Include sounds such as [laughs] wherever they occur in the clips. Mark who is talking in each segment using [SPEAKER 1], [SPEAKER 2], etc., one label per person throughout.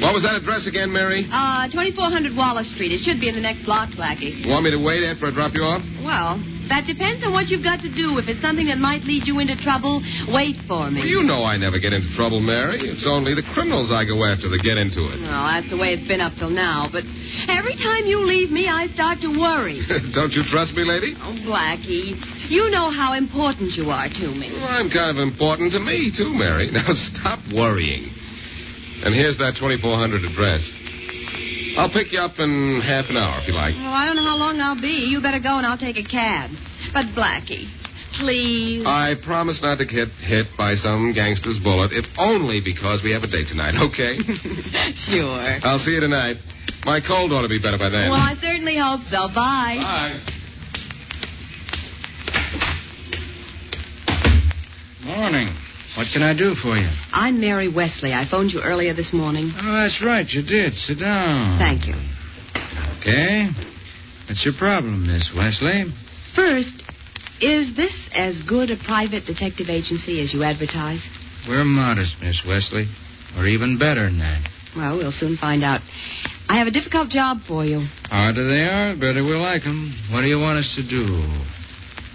[SPEAKER 1] What was that address again, Mary?
[SPEAKER 2] Uh, 2400 Wallace Street. It should be in the next block, Blackie.
[SPEAKER 1] You want me to wait after I drop you off?
[SPEAKER 2] Well, that depends on what you've got to do. If it's something that might lead you into trouble, wait for me.
[SPEAKER 1] You know I never get into trouble, Mary. It's only the criminals I go after that get into it. [laughs]
[SPEAKER 2] Well, that's the way it's been up till now. But every time you leave me, I start to worry.
[SPEAKER 1] Don't you trust me, lady?
[SPEAKER 2] Oh, Blackie, you know how important you are to me.
[SPEAKER 1] Well, I'm kind of important to me, too, Mary. [laughs] Now stop worrying. And here's that 2400 address. I'll pick you up in half an hour if you like.
[SPEAKER 2] Well, I don't know how long I'll be. You better go and I'll take a cab. But, Blackie, please.
[SPEAKER 3] Uh.
[SPEAKER 1] I promise not to get hit by some gangster's bullet, if only because we have a date tonight, [laughs] okay?
[SPEAKER 2] [laughs] sure.
[SPEAKER 1] I'll see you tonight. My cold ought to be better by then.
[SPEAKER 2] Well, I certainly hope so. Bye.
[SPEAKER 1] Bye.
[SPEAKER 4] Morning. What can I do for you?
[SPEAKER 2] I'm Mary Wesley. I phoned you earlier this morning.
[SPEAKER 4] Oh, that's right. You did. Sit down.
[SPEAKER 2] Thank you.
[SPEAKER 4] Okay. What's your problem, Miss Wesley?
[SPEAKER 2] First, is this as good a private detective agency as you advertise?
[SPEAKER 4] We're modest, Miss Wesley. Or even better than that.
[SPEAKER 2] Well, we'll soon find out. I have a difficult job for you.
[SPEAKER 4] Harder they are, better we like 'em. What do you want us to do?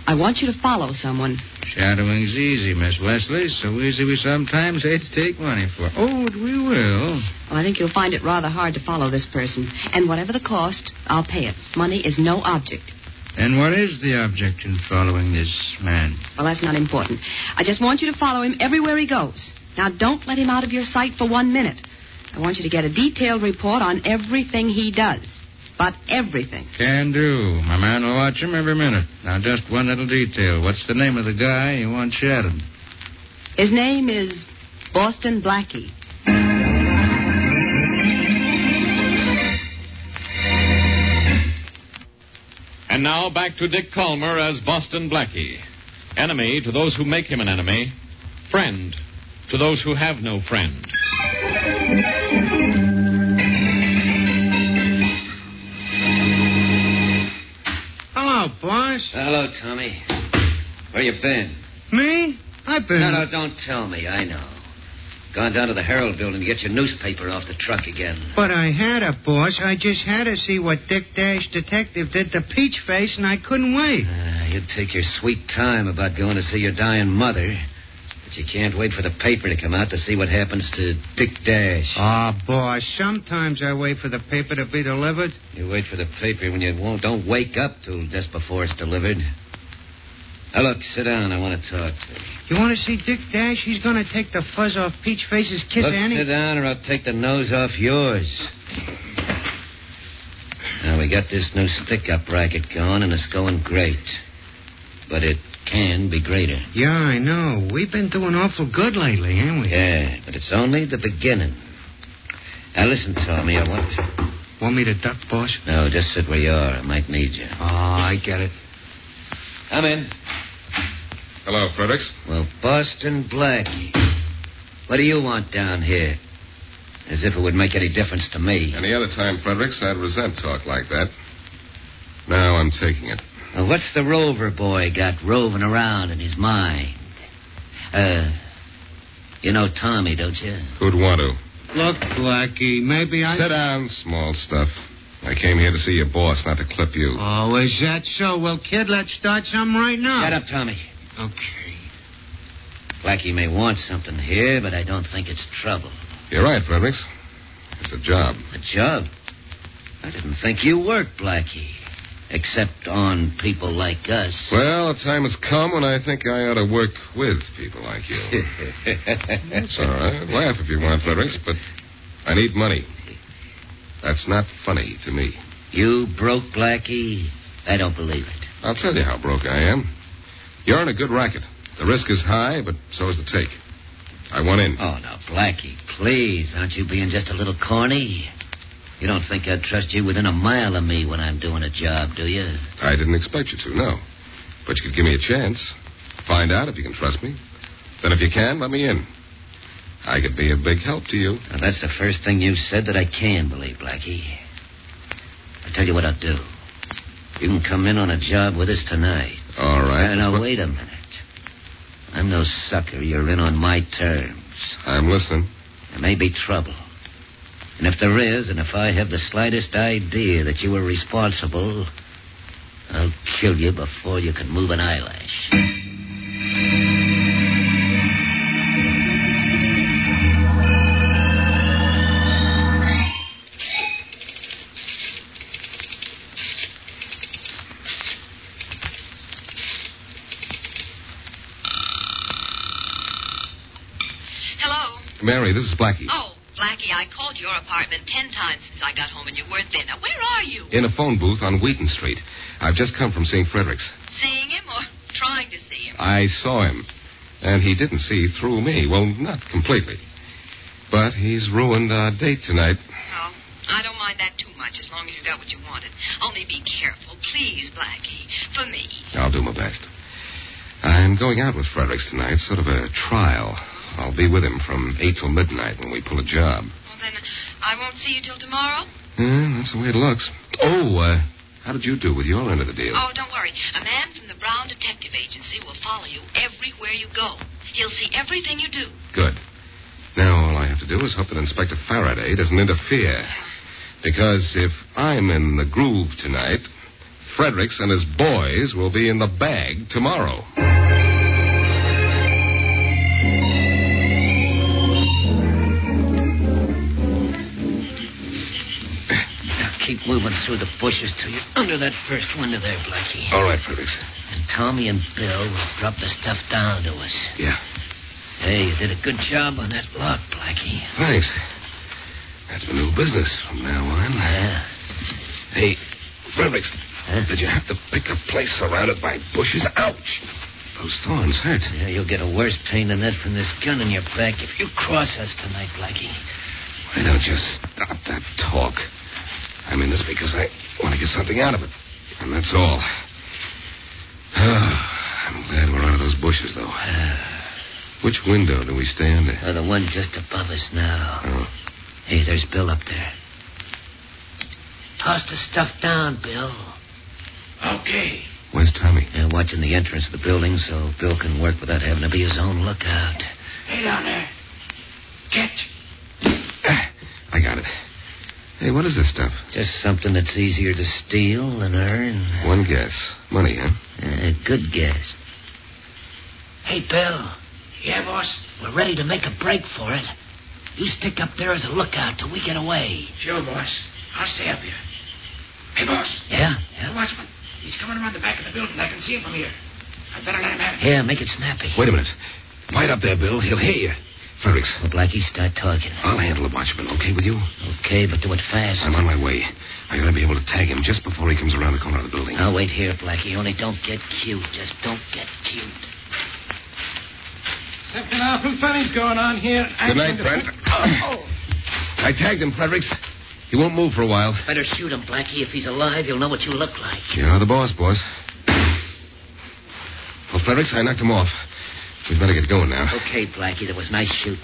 [SPEAKER 2] I want you to follow someone.
[SPEAKER 4] Shadowing's easy, Miss Wesley. So easy we sometimes hate to take money for. Oh, but we will.
[SPEAKER 2] Well, I think you'll find it rather hard to follow this person. And whatever the cost, I'll pay it. Money is no object.
[SPEAKER 4] And what is the object in following this man?
[SPEAKER 2] Well, that's not important. I just want you to follow him everywhere he goes. Now, don't let him out of your sight for one minute. I want you to get a detailed report on everything he does. But everything.
[SPEAKER 4] Can do. My man will watch him every minute. Now, just one little detail. What's the name of the guy you want shadowed?
[SPEAKER 2] His name is Boston Blackie.
[SPEAKER 5] And now back to Dick Calmer as Boston Blackie. Enemy to those who make him an enemy, friend to those who have no friend.
[SPEAKER 4] Hello, boss.
[SPEAKER 3] Hello, Tommy. Where you been?
[SPEAKER 4] Me? I've been.
[SPEAKER 3] No, no, don't tell me. I know. Gone down to the Herald building to get your newspaper off the truck again.
[SPEAKER 4] But I had a boss. I just had to see what Dick Dash Detective did to Peach Face, and I couldn't wait.
[SPEAKER 3] Ah, you'd take your sweet time about going to see your dying mother, but you can't wait for the paper to come out to see what happens to Dick Dash.
[SPEAKER 4] Ah, boss. Sometimes I wait for the paper to be delivered.
[SPEAKER 3] You wait for the paper when you won't. Don't wake up till just before it's delivered. Now, look, sit down. I want to talk to you.
[SPEAKER 4] You want to see Dick Dash? He's going to take the fuzz off Peach Face's kiss,
[SPEAKER 3] Look,
[SPEAKER 4] Annie.
[SPEAKER 3] sit down, or I'll take the nose off yours. Now, we got this new stick up racket going, and it's going great. But it can be greater.
[SPEAKER 4] Yeah, I know. We've been doing awful good lately, haven't we?
[SPEAKER 3] Yeah, but it's only the beginning. Now, listen, Tommy, I want.
[SPEAKER 4] Want me to duck, boss?
[SPEAKER 3] No, just sit where you are. I might need you.
[SPEAKER 4] Oh, I get it.
[SPEAKER 3] Come in.
[SPEAKER 1] Hello, Fredericks.
[SPEAKER 3] Well, Boston Blackie. What do you want down here? As if it would make any difference to me.
[SPEAKER 1] Any other time, Fredericks, I'd resent talk like that. Now I'm taking it.
[SPEAKER 3] Now, what's the rover boy got roving around in his mind? Uh, you know Tommy, don't you?
[SPEAKER 1] Who'd want to?
[SPEAKER 4] Look, Blackie, maybe I.
[SPEAKER 1] Sit down, small stuff. I came here to see your boss, not to clip you.
[SPEAKER 4] Oh, is that so? Well, kid, let's start something right now.
[SPEAKER 3] Shut up, Tommy.
[SPEAKER 4] Okay.
[SPEAKER 3] Blackie may want something here, but I don't think it's trouble.
[SPEAKER 1] You're right, Fredericks. It's a job.
[SPEAKER 3] A job? I didn't think you worked, Blackie. Except on people like us.
[SPEAKER 1] Well, the time has come when I think I ought to work with people like you. It's all right. Laugh if you want, Fredericks, but I need money. That's not funny to me.
[SPEAKER 3] you broke Blackie? I don't believe it.
[SPEAKER 1] I'll tell you how broke I am. You're in a good racket. The risk is high, but so is the take. I want in.
[SPEAKER 3] Oh, now, Blackie, please, aren't you being just a little corny? You don't think I'd trust you within a mile of me when I'm doing a job, do you?
[SPEAKER 1] I didn't expect you to, no. But you could give me a chance. Find out if you can trust me. Then if you can, let me in. I could be a big help to you.
[SPEAKER 3] Now, that's the first thing you said that I can believe, Blackie. I'll tell you what I'll do. You can come in on a job with us tonight.
[SPEAKER 1] All right.
[SPEAKER 3] now,
[SPEAKER 1] but-
[SPEAKER 3] wait a minute. I'm no sucker. You're in on my terms.
[SPEAKER 1] I'm listening.
[SPEAKER 3] There may be trouble. And if there is, and if I have the slightest idea that you were responsible, I'll kill you before you can move an eyelash.
[SPEAKER 2] Hello?
[SPEAKER 1] Mary, this is Blackie.
[SPEAKER 2] Oh, Blackie, I called your apartment ten times since I got home and you weren't there. Now, where are you?
[SPEAKER 1] In a phone booth on Wheaton Street. I've just come from seeing Fredericks.
[SPEAKER 2] Seeing him or [laughs] trying to see him?
[SPEAKER 1] I saw him. And he didn't see through me. Well, not completely. But he's ruined our date tonight.
[SPEAKER 2] Oh, I don't mind that too much as long as you got what you wanted. Only be careful, please, Blackie. For me.
[SPEAKER 1] I'll do my best. I'm going out with Fredericks tonight, sort of a trial. I'll be with him from 8 till midnight when we pull a job.
[SPEAKER 2] Well, then, I won't see you till tomorrow?
[SPEAKER 1] Yeah, Hmm, that's the way it looks. Oh, uh, how did you do with your end of the deal?
[SPEAKER 2] Oh, don't worry. A man from the Brown Detective Agency will follow you everywhere you go. He'll see everything you do.
[SPEAKER 1] Good. Now all I have to do is hope that Inspector Faraday doesn't interfere. Because if I'm in the groove tonight, Fredericks and his boys will be in the bag tomorrow.
[SPEAKER 3] Now keep moving through the bushes till you're under that first window there, Blackie.
[SPEAKER 1] All right, Fredericks.
[SPEAKER 3] And Tommy and Bill will drop the stuff down to us.
[SPEAKER 1] Yeah.
[SPEAKER 3] Hey, you did a good job on that lock, Blackie.
[SPEAKER 1] Thanks. That's my new business from now on.
[SPEAKER 3] Yeah.
[SPEAKER 1] Hey, Fredericks,
[SPEAKER 3] Huh?
[SPEAKER 1] did you have to pick a place surrounded by bushes? Ouch! Those thorns hurt.
[SPEAKER 3] Yeah, you'll get a worse pain than that from this gun in your back if you cross us tonight, Blackie.
[SPEAKER 1] Why don't you stop that talk? I'm in this because I want to get something out of it. And that's all. [sighs] I'm glad we're out of those bushes, though. [sighs] Which window do we stay under?
[SPEAKER 3] Oh, the one just above us now.
[SPEAKER 1] Oh,
[SPEAKER 3] Hey, there's Bill up there. Toss the stuff down, Bill. Okay.
[SPEAKER 1] where's Tommy?
[SPEAKER 3] Yeah, watching the entrance of the building so Bill can work without having to be his own lookout. Hey, down there. Catch.
[SPEAKER 1] Ah, I got it. Hey, what is this stuff?
[SPEAKER 3] Just something that's easier to steal than earn.
[SPEAKER 1] One guess. Money, huh?
[SPEAKER 3] Uh, good guess. Hey, Bill. Yeah, boss? We're ready to make a break for it. You stick up there as a lookout till we get away.
[SPEAKER 6] Sure, boss. I'll stay up here. Hey, boss.
[SPEAKER 3] Yeah?
[SPEAKER 6] The
[SPEAKER 3] Yeah?
[SPEAKER 6] watchman. He's coming around the back of the building. I can see him from here. I'd better let him have it.
[SPEAKER 3] Yeah, make it snappy.
[SPEAKER 1] Wait a minute. Right up there, Bill. He'll hear you. Fredericks,
[SPEAKER 3] Well, Blackie, start talking.
[SPEAKER 1] I'll handle the watchman, okay with you?
[SPEAKER 3] Okay, but do it fast.
[SPEAKER 1] Oh. I'm on my way. I gotta be able to tag him just before he comes around the corner of the building.
[SPEAKER 3] I'll wait here, Blackie. Only don't get cute. Just don't get cute.
[SPEAKER 6] Something awful funny's going on here.
[SPEAKER 1] Good night, Brent. I tagged him, Fredericks. He won't move for a while.
[SPEAKER 3] Better shoot him, Blackie. If he's alive, you'll know what you look like.
[SPEAKER 1] You're the boss, boss. Well, Fredericks, I knocked him off. We'd better get going now.
[SPEAKER 3] Okay, Blackie, that was nice shooting.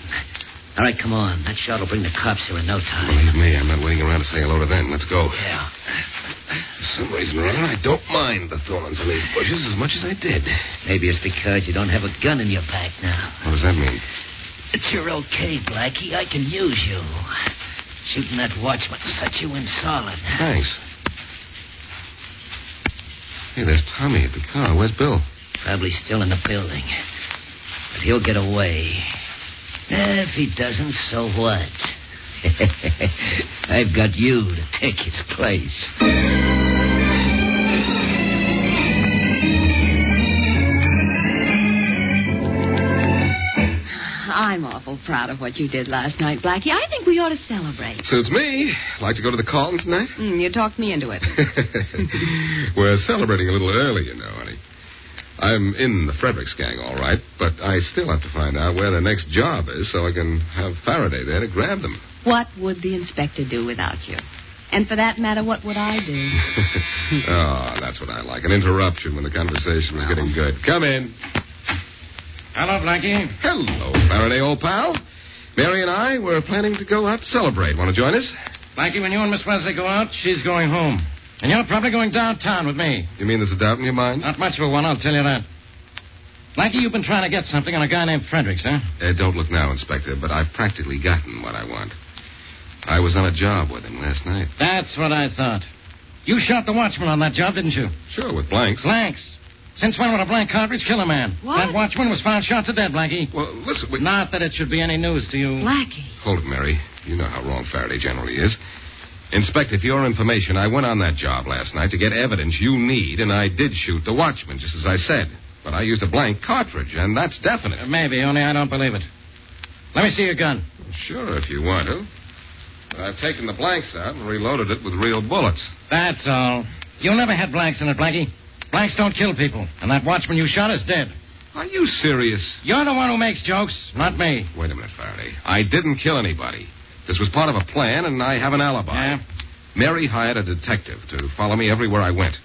[SPEAKER 3] All right, come on. That shot will bring the cops here in no time.
[SPEAKER 1] Believe me, I'm not waiting around to say hello to them. Let's go.
[SPEAKER 3] Yeah.
[SPEAKER 1] For some reason or other, I don't mind the thorns in these bushes
[SPEAKER 3] Hmm,
[SPEAKER 1] as much as I did.
[SPEAKER 3] Maybe it's because you don't have a gun in your back now.
[SPEAKER 1] What does that mean?
[SPEAKER 3] But you're okay, Blackie. I can use you. Shooting that watchman set you in solid.
[SPEAKER 1] Thanks. Hey, there's Tommy at the car. Where's Bill?
[SPEAKER 3] Probably still in the building. But he'll get away. Eh, If he doesn't, so what? [laughs] I've got you to take his place.
[SPEAKER 2] I'm awful proud of what you did last night, Blackie. I think we ought to celebrate.
[SPEAKER 1] Suits me. Like to go to the Carlton tonight?
[SPEAKER 2] Mm, you talked me into it.
[SPEAKER 1] [laughs] We're celebrating a little early, you know, honey. I'm in the Fredericks gang, all right, but I still have to find out where the next job is so I can have Faraday there to grab them.
[SPEAKER 2] what would the inspector do without you? And for that matter, what would I do?
[SPEAKER 1] oh, that's what I like an interruption when the conversation is getting good. Come in.
[SPEAKER 5] Hello, Blackie.
[SPEAKER 1] Hello, Faraday, old pal. Mary and I were planning to go out to celebrate. Want to join us?
[SPEAKER 5] Blackie, when you and Miss Wesley go out, she's going home. And you're probably going downtown with me.
[SPEAKER 1] You mean there's a doubt in your mind?
[SPEAKER 5] Not much of a one, I'll tell you that. Blackie, you've been trying to get something on a guy named Fredericks, eh? huh?
[SPEAKER 1] Uh, don't look now, Inspector, but I've practically gotten what I want. I was on a job with him last night.
[SPEAKER 5] That's what I thought. You shot the watchman on that job, didn't you?
[SPEAKER 1] Sure, with blanks.
[SPEAKER 5] Blanks. Since when would a blank cartridge kill a man?
[SPEAKER 2] What?
[SPEAKER 5] That watchman was found shot to death, Blackie.
[SPEAKER 1] Well, listen, we...
[SPEAKER 5] Not that it should be any news to you.
[SPEAKER 2] Blackie.
[SPEAKER 1] Hold it, Mary. You know how wrong Faraday generally is. Inspector, for your information, I went on that job last night to get evidence you need, and I did shoot the watchman, just as I said. But I used a blank cartridge, and that's definite.
[SPEAKER 5] Uh, Maybe, only I don't believe it. Let me see your gun.
[SPEAKER 1] Sure, if you want to. But I've taken the blanks out and reloaded it with real bullets.
[SPEAKER 5] That's all. You never had blanks in it, Blackie. Blanks don't kill people. And that watchman you shot is dead.
[SPEAKER 1] Are you serious?
[SPEAKER 5] You're the one who makes jokes, not me.
[SPEAKER 1] Wait a minute, Faraday. I didn't kill anybody. This was part of a plan, and I have an alibi.
[SPEAKER 5] Yeah?
[SPEAKER 1] Mary hired a detective to follow me everywhere I went.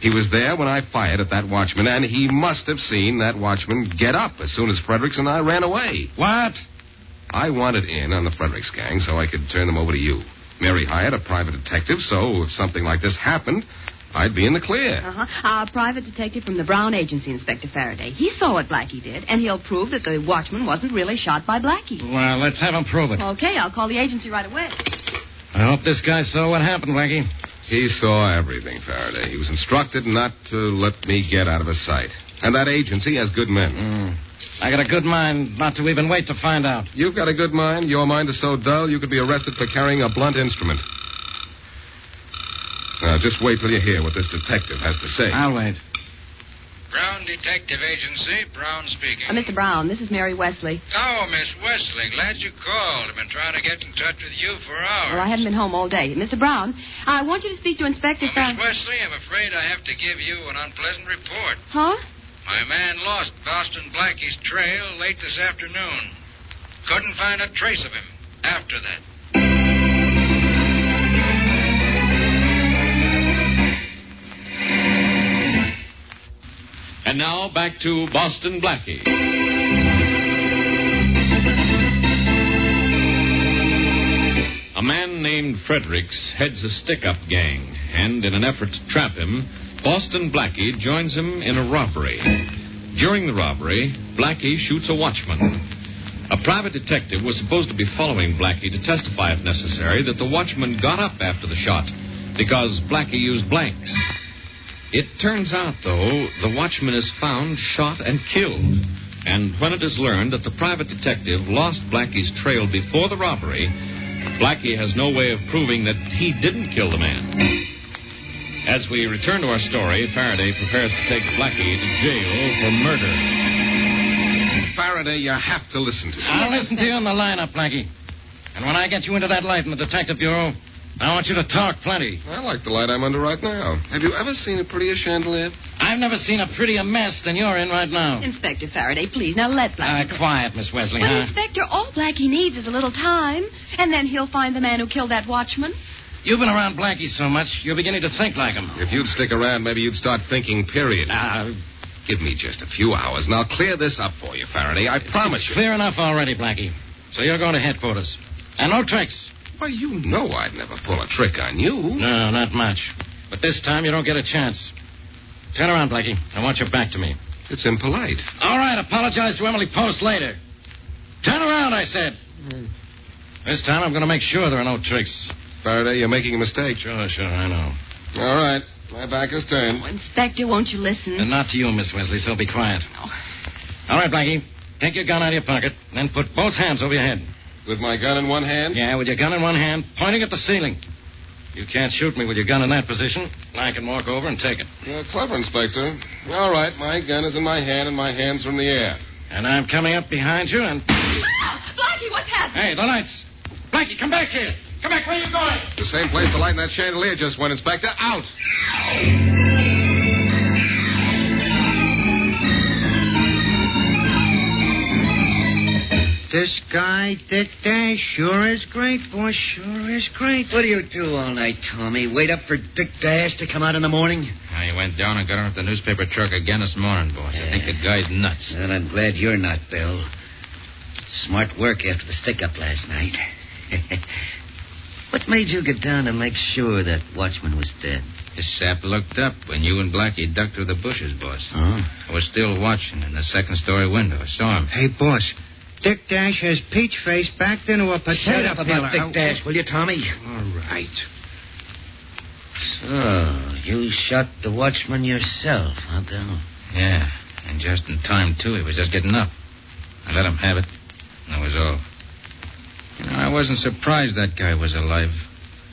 [SPEAKER 1] He was there when I fired at that watchman, and he must have seen that watchman get up as soon as Fredericks and I ran away.
[SPEAKER 5] What?
[SPEAKER 1] I wanted in on the Fredericks gang so I could turn them over to you. Mary hired a private detective, so if something like this happened, I'd be in the clear.
[SPEAKER 2] Uh-huh. Our private detective from the Brown Agency, Inspector Faraday. He saw what Blackie did, and he'll prove that the watchman wasn't really shot by Blackie.
[SPEAKER 5] Well, let's have him prove it.
[SPEAKER 2] Okay, I'll call the agency right away.
[SPEAKER 5] I hope this guy saw what happened, Blackie.
[SPEAKER 1] He saw everything, Faraday. He was instructed not to let me get out of his sight. And that agency has good men.
[SPEAKER 5] Mm. I got a good mind not to even wait to find out.
[SPEAKER 1] You've got a good mind. Your mind is so dull you could be arrested for carrying a blunt instrument. Now, just wait till you hear what this detective has to say.
[SPEAKER 5] I'll wait.
[SPEAKER 7] Brown Detective Agency, Brown speaking.
[SPEAKER 2] Uh, Mr. Brown, this is Mary Wesley.
[SPEAKER 7] Oh, Miss Wesley, glad you called. I've been trying to get in touch with you for hours.
[SPEAKER 2] Well, I haven't been home all day. Mr. Brown, I want you to speak to Inspector
[SPEAKER 7] Well, Miss
[SPEAKER 2] Faraday.
[SPEAKER 7] Wesley, I'm afraid I have to give you an unpleasant report.
[SPEAKER 2] Huh?
[SPEAKER 7] My man lost Boston Blackie's trail late this afternoon. Couldn't find a trace of him after that.
[SPEAKER 5] And now back to Boston Blackie. A man named Fredericks heads a stick up gang, and in an effort to trap him, Boston Blackie joins him in a robbery. During the robbery, Blackie shoots a watchman. A private detective was supposed to be following Blackie to testify, if necessary, that the watchman got up after the shot because Blackie used blanks. It turns out, though, the watchman is found, shot, and killed. And when it is learned that the private detective lost Blackie's trail before the robbery, Blackie has no way of proving that he didn't kill the man. As we return to our story, Faraday prepares to take Blackie to jail for murder.
[SPEAKER 1] Faraday, you have to listen to me.
[SPEAKER 5] I'll listen to you on the lineup, Blackie. And when I get you into that life in the Detective Bureau, I want you to talk plenty.
[SPEAKER 1] I like the light I'm under right now. Have you ever seen a prettier chandelier?
[SPEAKER 5] I've never seen a prettier mess than you're in right now.
[SPEAKER 2] Inspector Faraday, please. Now let Blackie.
[SPEAKER 5] Uh, quiet, Miss Wesley,
[SPEAKER 2] but,
[SPEAKER 5] huh?
[SPEAKER 2] Inspector, all Blackie needs is a little time, and then he'll find the man who killed that watchman.
[SPEAKER 5] You've been around Blackie so much, you're beginning to think like him.
[SPEAKER 1] If you'd stick around, maybe you'd start thinking, period. Uh,
[SPEAKER 5] Ah,
[SPEAKER 1] Give me just a few hours, and I'll clear this up for you, Faraday. I promise
[SPEAKER 5] it's
[SPEAKER 1] you.
[SPEAKER 5] clear enough already, Blackie. So you're going to headquarters. And no tricks.
[SPEAKER 1] Why, you know I'd never pull a trick on you.
[SPEAKER 5] No, not much. But this time you don't get a chance. Turn around, Blackie. I want your back to me.
[SPEAKER 1] It's impolite.
[SPEAKER 5] All right, apologize to Emily Post later. Turn around, I said. This time I'm going to make sure there are no tricks.
[SPEAKER 1] Faraday, you're making a mistake.
[SPEAKER 5] Sure, sure, I know.
[SPEAKER 1] All right. My back is turned.
[SPEAKER 2] Oh, Inspector, won't you listen?
[SPEAKER 5] And not to you, Miss Wesley, so be quiet. All right, Blackie. Take your gun out of your pocket, then put both hands over your head.
[SPEAKER 1] With my gun in one hand?
[SPEAKER 5] Yeah, with your gun in one hand, pointing at the ceiling. You can't shoot me with your gun in that position. I can walk over and take it.
[SPEAKER 1] You're clever, Inspector. All right, my gun is in my hand and my hand's are in the air.
[SPEAKER 5] And I'm coming up behind you and.
[SPEAKER 2] Ah! Blackie, what's happening?
[SPEAKER 5] Hey, the lights! Blackie, come back here! Come back, where are you going?
[SPEAKER 1] The same place the light in that chandelier just went, Inspector. Out!
[SPEAKER 4] This guy, Dick Dash, sure is great, boss. Sure is great.
[SPEAKER 3] What do you do all night, Tommy? Wait up for Dick Dash to come out in the morning?
[SPEAKER 6] I went down and got on with the newspaper truck again this morning, boss. I think the guy's nuts.
[SPEAKER 3] Well, I'm glad you're not, Bill. Smart work after the stick up last night. [laughs] what made you get down to make sure that watchman was dead?
[SPEAKER 6] This sap looked up when you and Blackie ducked through the bushes, boss.
[SPEAKER 3] Huh?
[SPEAKER 6] I was still watching in the second story window. I saw him.
[SPEAKER 4] Oh. Hey, boss. Dick Dash has Peach Face backed into a potato
[SPEAKER 3] Shut up
[SPEAKER 4] peeler.
[SPEAKER 3] about Dick
[SPEAKER 4] Oh,
[SPEAKER 3] Dash, will you, Tommy?
[SPEAKER 4] All right.
[SPEAKER 3] So, you shot the watchman yourself, huh, Bill?
[SPEAKER 6] Yeah, and just in time, too. He was just getting up. I let him have it. That was all. You know, I wasn't surprised that guy was alive.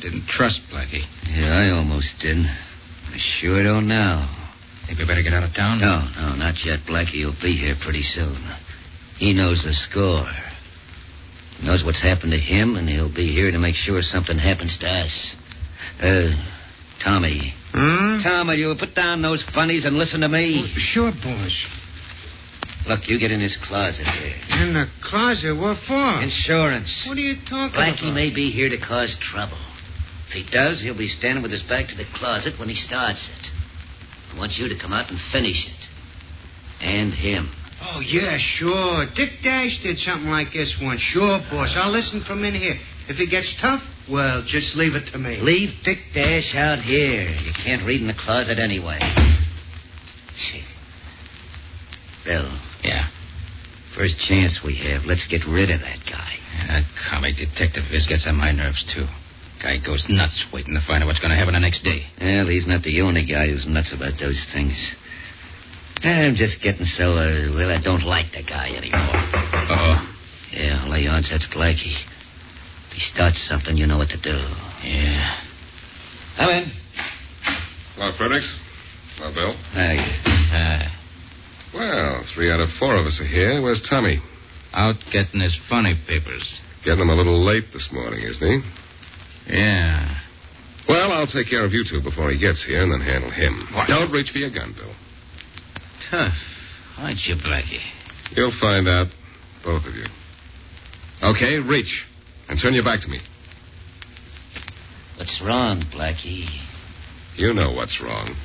[SPEAKER 6] Didn't trust Blackie.
[SPEAKER 3] Yeah, I almost did. I sure don't now.
[SPEAKER 6] Think we better get out of town?
[SPEAKER 3] No, no, not yet. Blackie will be here pretty soon. He knows the score. He knows what's happened to him, and he'll be here to make sure something happens to us. Uh, Tommy.
[SPEAKER 4] Hmm? Oh,
[SPEAKER 3] Tom, will you put down those funnies and listen to me?
[SPEAKER 4] Sure, boss.
[SPEAKER 3] Look, you get in this closet here.
[SPEAKER 4] In the closet? What for?
[SPEAKER 3] Insurance.
[SPEAKER 4] What are you talking
[SPEAKER 3] Blackie
[SPEAKER 4] about?
[SPEAKER 3] may be here to cause trouble. If he does, he'll be standing with his back to the closet when he starts it. I want you to come out and finish it. And him.
[SPEAKER 4] Oh, yeah, sure. Dick Dash did something like this once. Sure, boss. I'll listen from in here. If it gets tough, well, just leave it to me.
[SPEAKER 3] Leave Dick Dash out here. You can't read in the closet anyway. Gee. Bill,
[SPEAKER 6] Yeah.
[SPEAKER 3] first chance we have, let's get rid of that guy.
[SPEAKER 6] That comic detective is gets on my nerves, too. Guy goes nuts waiting to find out what's going to happen the next day.
[SPEAKER 3] Well, he's not the only guy who's nuts about those things. I'm just getting so, uh, well, I don't like the guy anymore.
[SPEAKER 6] Oh,
[SPEAKER 3] Yeah, lay on, that's Blackie. If he starts something, you know what to do.
[SPEAKER 6] yeah.
[SPEAKER 3] Come in.
[SPEAKER 1] Hello, Fredericks. Hello, Bill.
[SPEAKER 3] Hey.
[SPEAKER 6] Uh,
[SPEAKER 1] Well, three out of four of us are here. Where's Tommy?
[SPEAKER 6] out getting his funny papers.
[SPEAKER 1] Getting him a little late this morning, isn't he?
[SPEAKER 6] Yeah.
[SPEAKER 1] Well, I'll take care of you two before he gets here and then handle him.
[SPEAKER 6] What?
[SPEAKER 1] Don't reach for your gun, Bill.
[SPEAKER 6] Tough. Aren't you, Blackie?
[SPEAKER 1] You'll find out, both of you. Okay, reach. And turn your back to me.
[SPEAKER 3] What's wrong, Blackie?
[SPEAKER 1] You know what's wrong.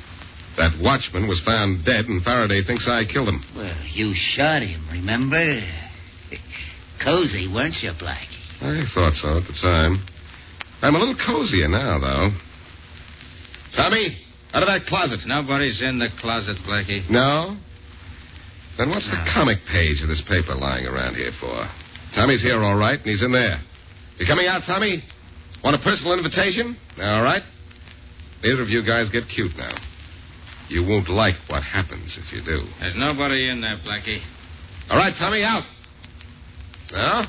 [SPEAKER 1] That watchman was found dead, and Faraday thinks I killed him.
[SPEAKER 3] Well, you shot him, remember? Cozy, weren't you, Blackie?
[SPEAKER 1] I thought so at the time. I'm a little cozier now, though. Tommy, out of that closet.
[SPEAKER 6] Nobody's in the closet, Blackie.
[SPEAKER 1] No? Then what's the
[SPEAKER 6] No.
[SPEAKER 1] comic page of this paper lying around here for? Tommy's here, all right, and he's in there. You coming out, Tommy? Want a personal invitation? All right. Neither of you guys get cute now. You won't like what happens if you do.
[SPEAKER 6] There's nobody in there, Blackie.
[SPEAKER 1] All right, Tommy, out. No?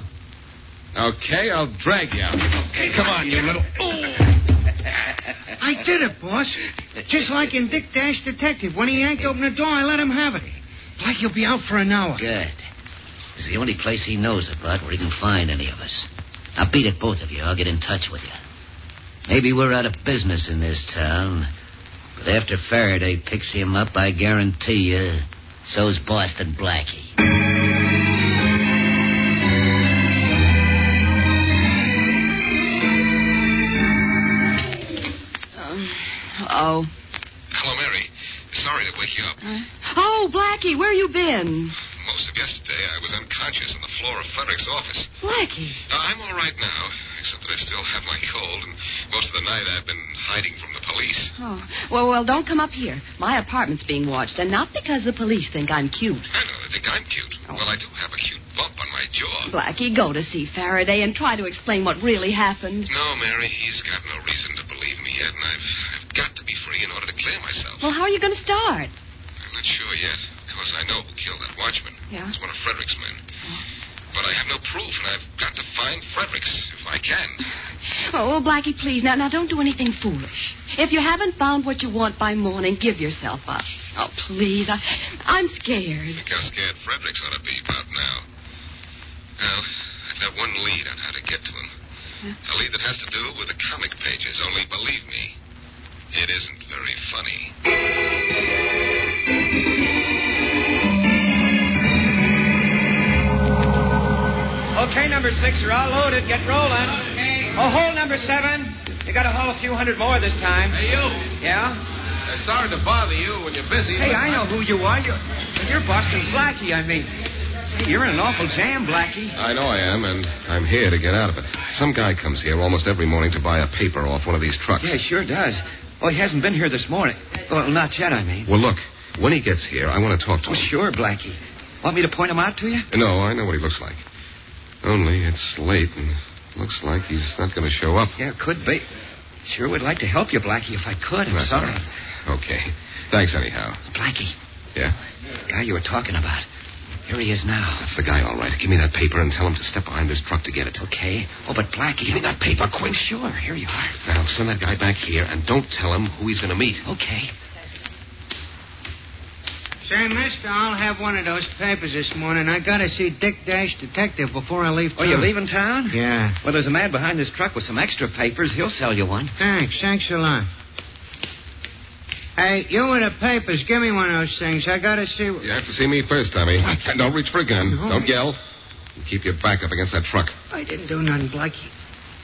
[SPEAKER 1] Okay, I'll drag you out. Okay, come on, you little.
[SPEAKER 6] [laughs]
[SPEAKER 4] I did it, boss. Just like in Dick Dash Detective. When he yanked open the door, I let him have it. Blackie will be out for an hour.
[SPEAKER 3] Good. This is the only place he knows about where he can find any of us. Now beat it, both of you. I'll get in touch with you. Maybe we're out of business in this town, but after Faraday picks him up, I guarantee you, so's Boston Blackie.
[SPEAKER 2] Oh.
[SPEAKER 1] Hello, Mary. Sorry to wake you up.
[SPEAKER 2] Oh, Blackie, where you been?
[SPEAKER 1] Most of yesterday, I was unconscious on the floor of Frederick's office.
[SPEAKER 2] Blackie.
[SPEAKER 1] Uh, I'm all right now, except that I still have my cold, and most of the night I've been hiding from the police.
[SPEAKER 2] Oh, well, well, don't come up here. My apartment's being watched, and not because the police think I'm cute.
[SPEAKER 1] I know, they think I'm cute.
[SPEAKER 2] Oh.
[SPEAKER 1] Well, I do have a cute bump on my jaw.
[SPEAKER 2] Blackie, go to see Faraday and try to explain what really happened.
[SPEAKER 1] No, Mary, he's got no reason to believe me yet, and I've, I've got to be free in order to clear myself.
[SPEAKER 2] Well, how are you going to start?
[SPEAKER 1] I'm not sure yet. Of course, I know who killed that watchman.
[SPEAKER 2] Yeah. Oh.
[SPEAKER 1] It's one of Frederick's men. But I have no proof, and I've got to find Fredericks if I can.
[SPEAKER 2] Oh, well, Blackie, please, now, now don't do anything foolish. If you haven't found what you want by morning, give yourself up. Oh, please, I, I'm scared.
[SPEAKER 1] Look how scared Fredericks ought to be about now. Well, I've got one lead on how to get to him. A lead that has to do with the comic pages, only believe me, it isn't very funny.
[SPEAKER 8] Okay, number six, you're all loaded. Get rolling. Oh, hold number seven. You gotta haul a few hundred more this time.
[SPEAKER 7] Hey, you.
[SPEAKER 8] Yeah?
[SPEAKER 7] Uh, sorry to bother you when you're busy.
[SPEAKER 8] Hey,
[SPEAKER 7] but
[SPEAKER 8] I know who you are. You're, you're Boston Blackie, I mean. Say, you're in an awful jam, Blackie.
[SPEAKER 1] I know I am, and I'm here to get out of it. Some guy comes here almost every morning to buy a paper off one of these trucks.
[SPEAKER 8] Yeah, he sure does. Oh, he hasn't been here this morning. Well, not yet, I mean.
[SPEAKER 1] Well, look, when he gets here, I want to talk to
[SPEAKER 8] Oh,
[SPEAKER 1] him.
[SPEAKER 8] sure, Blackie. Want me to point him out to you?
[SPEAKER 1] No, I know what he looks like. Only it's late, and looks like he's not going to show up.
[SPEAKER 8] Yeah, could be. Sure would like to help you, Blackie, if I could. I'm
[SPEAKER 1] That's all
[SPEAKER 8] sorry.
[SPEAKER 1] right. Okay. Thanks, anyhow.
[SPEAKER 8] Blackie,
[SPEAKER 1] Yeah,
[SPEAKER 8] the guy you were talking about. Here he is now.
[SPEAKER 1] that's the guy, all right. Give me that paper and tell him to step behind this truck to get it.
[SPEAKER 8] Okay. Oh, but Blackie.
[SPEAKER 1] Give me that paper, quick.
[SPEAKER 8] Oh, sure, here you are.
[SPEAKER 1] Now, send that guy back here, and don't tell him who he's going to meet.
[SPEAKER 8] Okay.
[SPEAKER 4] Say, mister, I'll have one of those papers this morning. I gotta see Dick Dash Detective before I leave
[SPEAKER 8] Oh,
[SPEAKER 4] town.
[SPEAKER 8] you're leaving town?
[SPEAKER 4] Yeah.
[SPEAKER 8] Well, there's a man behind this truck with some extra papers. He'll sell you one.
[SPEAKER 4] Thanks. Thanks a lot. Hey, you with the papers, give me one of those things. I gotta see. what-
[SPEAKER 1] You have to see me first, Tommy. And don't reach for a gun. Don't yell. And keep your back up against that truck.
[SPEAKER 4] I didn't do nothing, Blackie.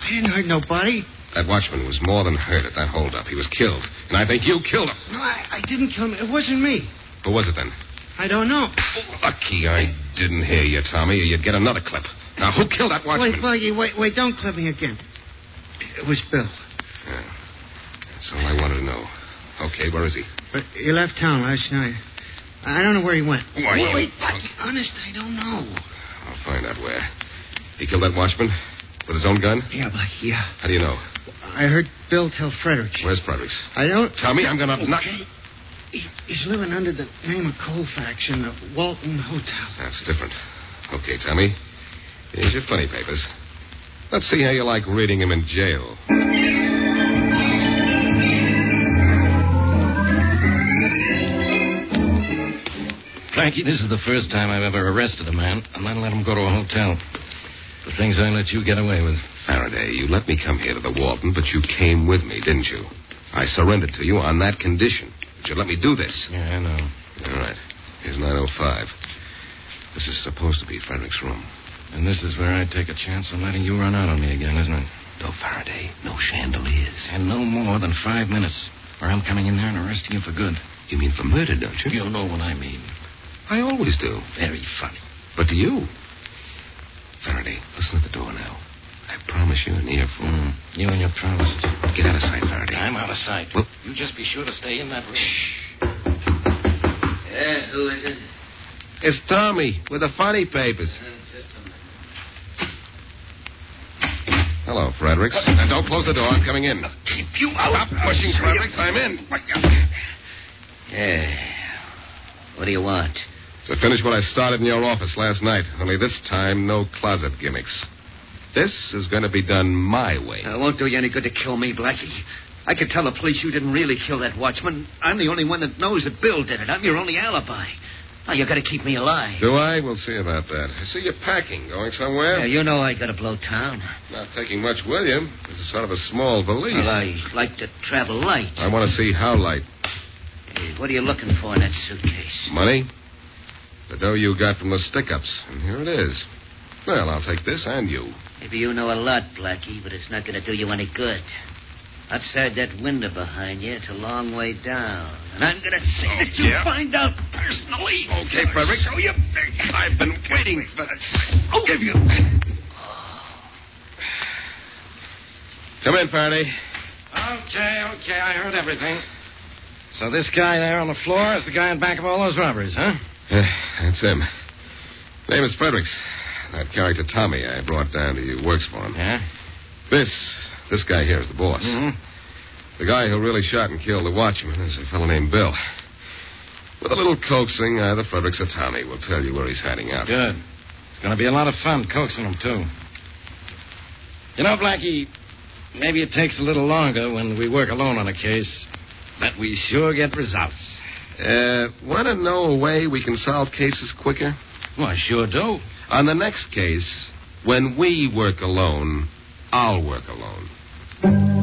[SPEAKER 4] I didn't hurt nobody.
[SPEAKER 1] That watchman was more than hurt at that holdup. He was killed. And I think you killed him.
[SPEAKER 4] No, I, I didn't kill him. It wasn't me.
[SPEAKER 1] Who was it then?
[SPEAKER 4] I don't know.
[SPEAKER 1] Lucky I didn't hear you, Tommy, or you'd get another clip. Now, who killed that
[SPEAKER 4] Wait,
[SPEAKER 1] watchman?
[SPEAKER 4] Blackie, wait, wait, don't clip me again. It was Bill.
[SPEAKER 1] Yeah. That's all I wanted to know. Okay, where is he?
[SPEAKER 4] But he left town last night. I don't know where he went.
[SPEAKER 1] Why,
[SPEAKER 4] wait,
[SPEAKER 1] you-
[SPEAKER 4] wait, Blackie, honest, I don't know.
[SPEAKER 1] I'll find out where. He killed that watchman? With his own gun?
[SPEAKER 4] Yeah, Blackie, yeah.
[SPEAKER 1] How do you know?
[SPEAKER 4] I heard Bill tell Frederick.
[SPEAKER 1] Where's Fredericks?
[SPEAKER 4] I don't.
[SPEAKER 1] Tommy, I'm gonna knock-
[SPEAKER 4] Okay. He, he's living under the name of Colfax in the Walton Hotel.
[SPEAKER 1] That's different. Okay, Tommy. Here's your funny papers. Let's see how you like reading him in jail.
[SPEAKER 6] Blackie, this is the first time I've ever arrested a man and then let him go to a hotel. The things I let you get away with.
[SPEAKER 1] Faraday, you let me come here to the Walton, but you came with me, didn't you? I surrendered to you on that condition. But you let me do this.
[SPEAKER 6] Yeah, I know.
[SPEAKER 1] All right. Here's 905. This is supposed to be Frederick's room.
[SPEAKER 6] And this is where I take a chance on letting you run out on me again, isn't it?
[SPEAKER 1] No Faraday, no chandeliers.
[SPEAKER 6] And no more than five minutes, or I'm coming in there and arresting you for good.
[SPEAKER 1] You mean for murder, don't you?
[SPEAKER 6] You know what I mean.
[SPEAKER 1] I always do.
[SPEAKER 6] Very funny.
[SPEAKER 1] But to you. Faraday, listen at the door now. I promise you an earful.
[SPEAKER 6] Mm. You and your promises.
[SPEAKER 1] Get out of sight, Faraday.
[SPEAKER 6] I'm out of sight.
[SPEAKER 1] Well-
[SPEAKER 6] you just be sure to stay in that room.
[SPEAKER 3] Uh, who is it?
[SPEAKER 1] It's Tommy with the funny papers. Hello, Fredericks. Uh, Now, don't close the door. I'm coming in. Keep you out. Stop pushing, Fredericks. I'm in.
[SPEAKER 3] Yeah. What do you want?
[SPEAKER 1] To finish what I started in your office last night, only this time, no closet gimmicks. This is going to be done my way.
[SPEAKER 8] Now, it Uh, won't do you any good to kill me, Blackie. I could tell the police you didn't really kill that watchman. I'm the only one that knows that Bill did it. I'm your only alibi.
[SPEAKER 3] Now, you gotta keep me alive.
[SPEAKER 1] Do I? We'll see about that. I see you're packing. Going
[SPEAKER 3] Yeah,
[SPEAKER 1] somewhere?
[SPEAKER 3] you know I gotta blow town.
[SPEAKER 1] Not taking much with you. This is sort of a small valise.
[SPEAKER 3] Well, I like to travel light.
[SPEAKER 1] I want to see how light.
[SPEAKER 3] Hey, what are you looking for in that suitcase?
[SPEAKER 1] Money? The dough you got from the stick ups. And here it is. Well, I'll take this and you.
[SPEAKER 3] Maybe you know a lot, Blackie, but it's not gonna do you any good. Outside that window behind you, it's a long way down. And I'm gonna see that you
[SPEAKER 1] yeah?
[SPEAKER 3] find out.
[SPEAKER 9] personally.
[SPEAKER 1] Okay, Frederick.
[SPEAKER 9] So you big.
[SPEAKER 1] I've been waiting for this. I'll give you.
[SPEAKER 3] Oh.
[SPEAKER 1] Come in, Faraday.
[SPEAKER 9] Okay, okay, I heard everything.
[SPEAKER 3] So this guy there on the floor is the guy in back of all those robberies, huh?
[SPEAKER 1] Yeah, Eh, that's him. Name is Fredericks. That character Tommy I brought down to you works for him.
[SPEAKER 3] Yeah?
[SPEAKER 1] This this guy here is the boss.
[SPEAKER 3] Mm-hmm.
[SPEAKER 1] The guy who really shot and killed the watchman is a fellow named Bill. With a little coaxing, either Fredericks or Tommy will tell you where he's hiding out.
[SPEAKER 3] Good. It's going to be a lot of fun coaxing them, too. You know, Blackie, maybe it takes a little longer when we work alone on a case, but we sure get results.
[SPEAKER 1] Uh, want to know a way we can solve cases quicker?
[SPEAKER 3] Well, I sure do.
[SPEAKER 1] On the next case, when we work alone, I'll work alone.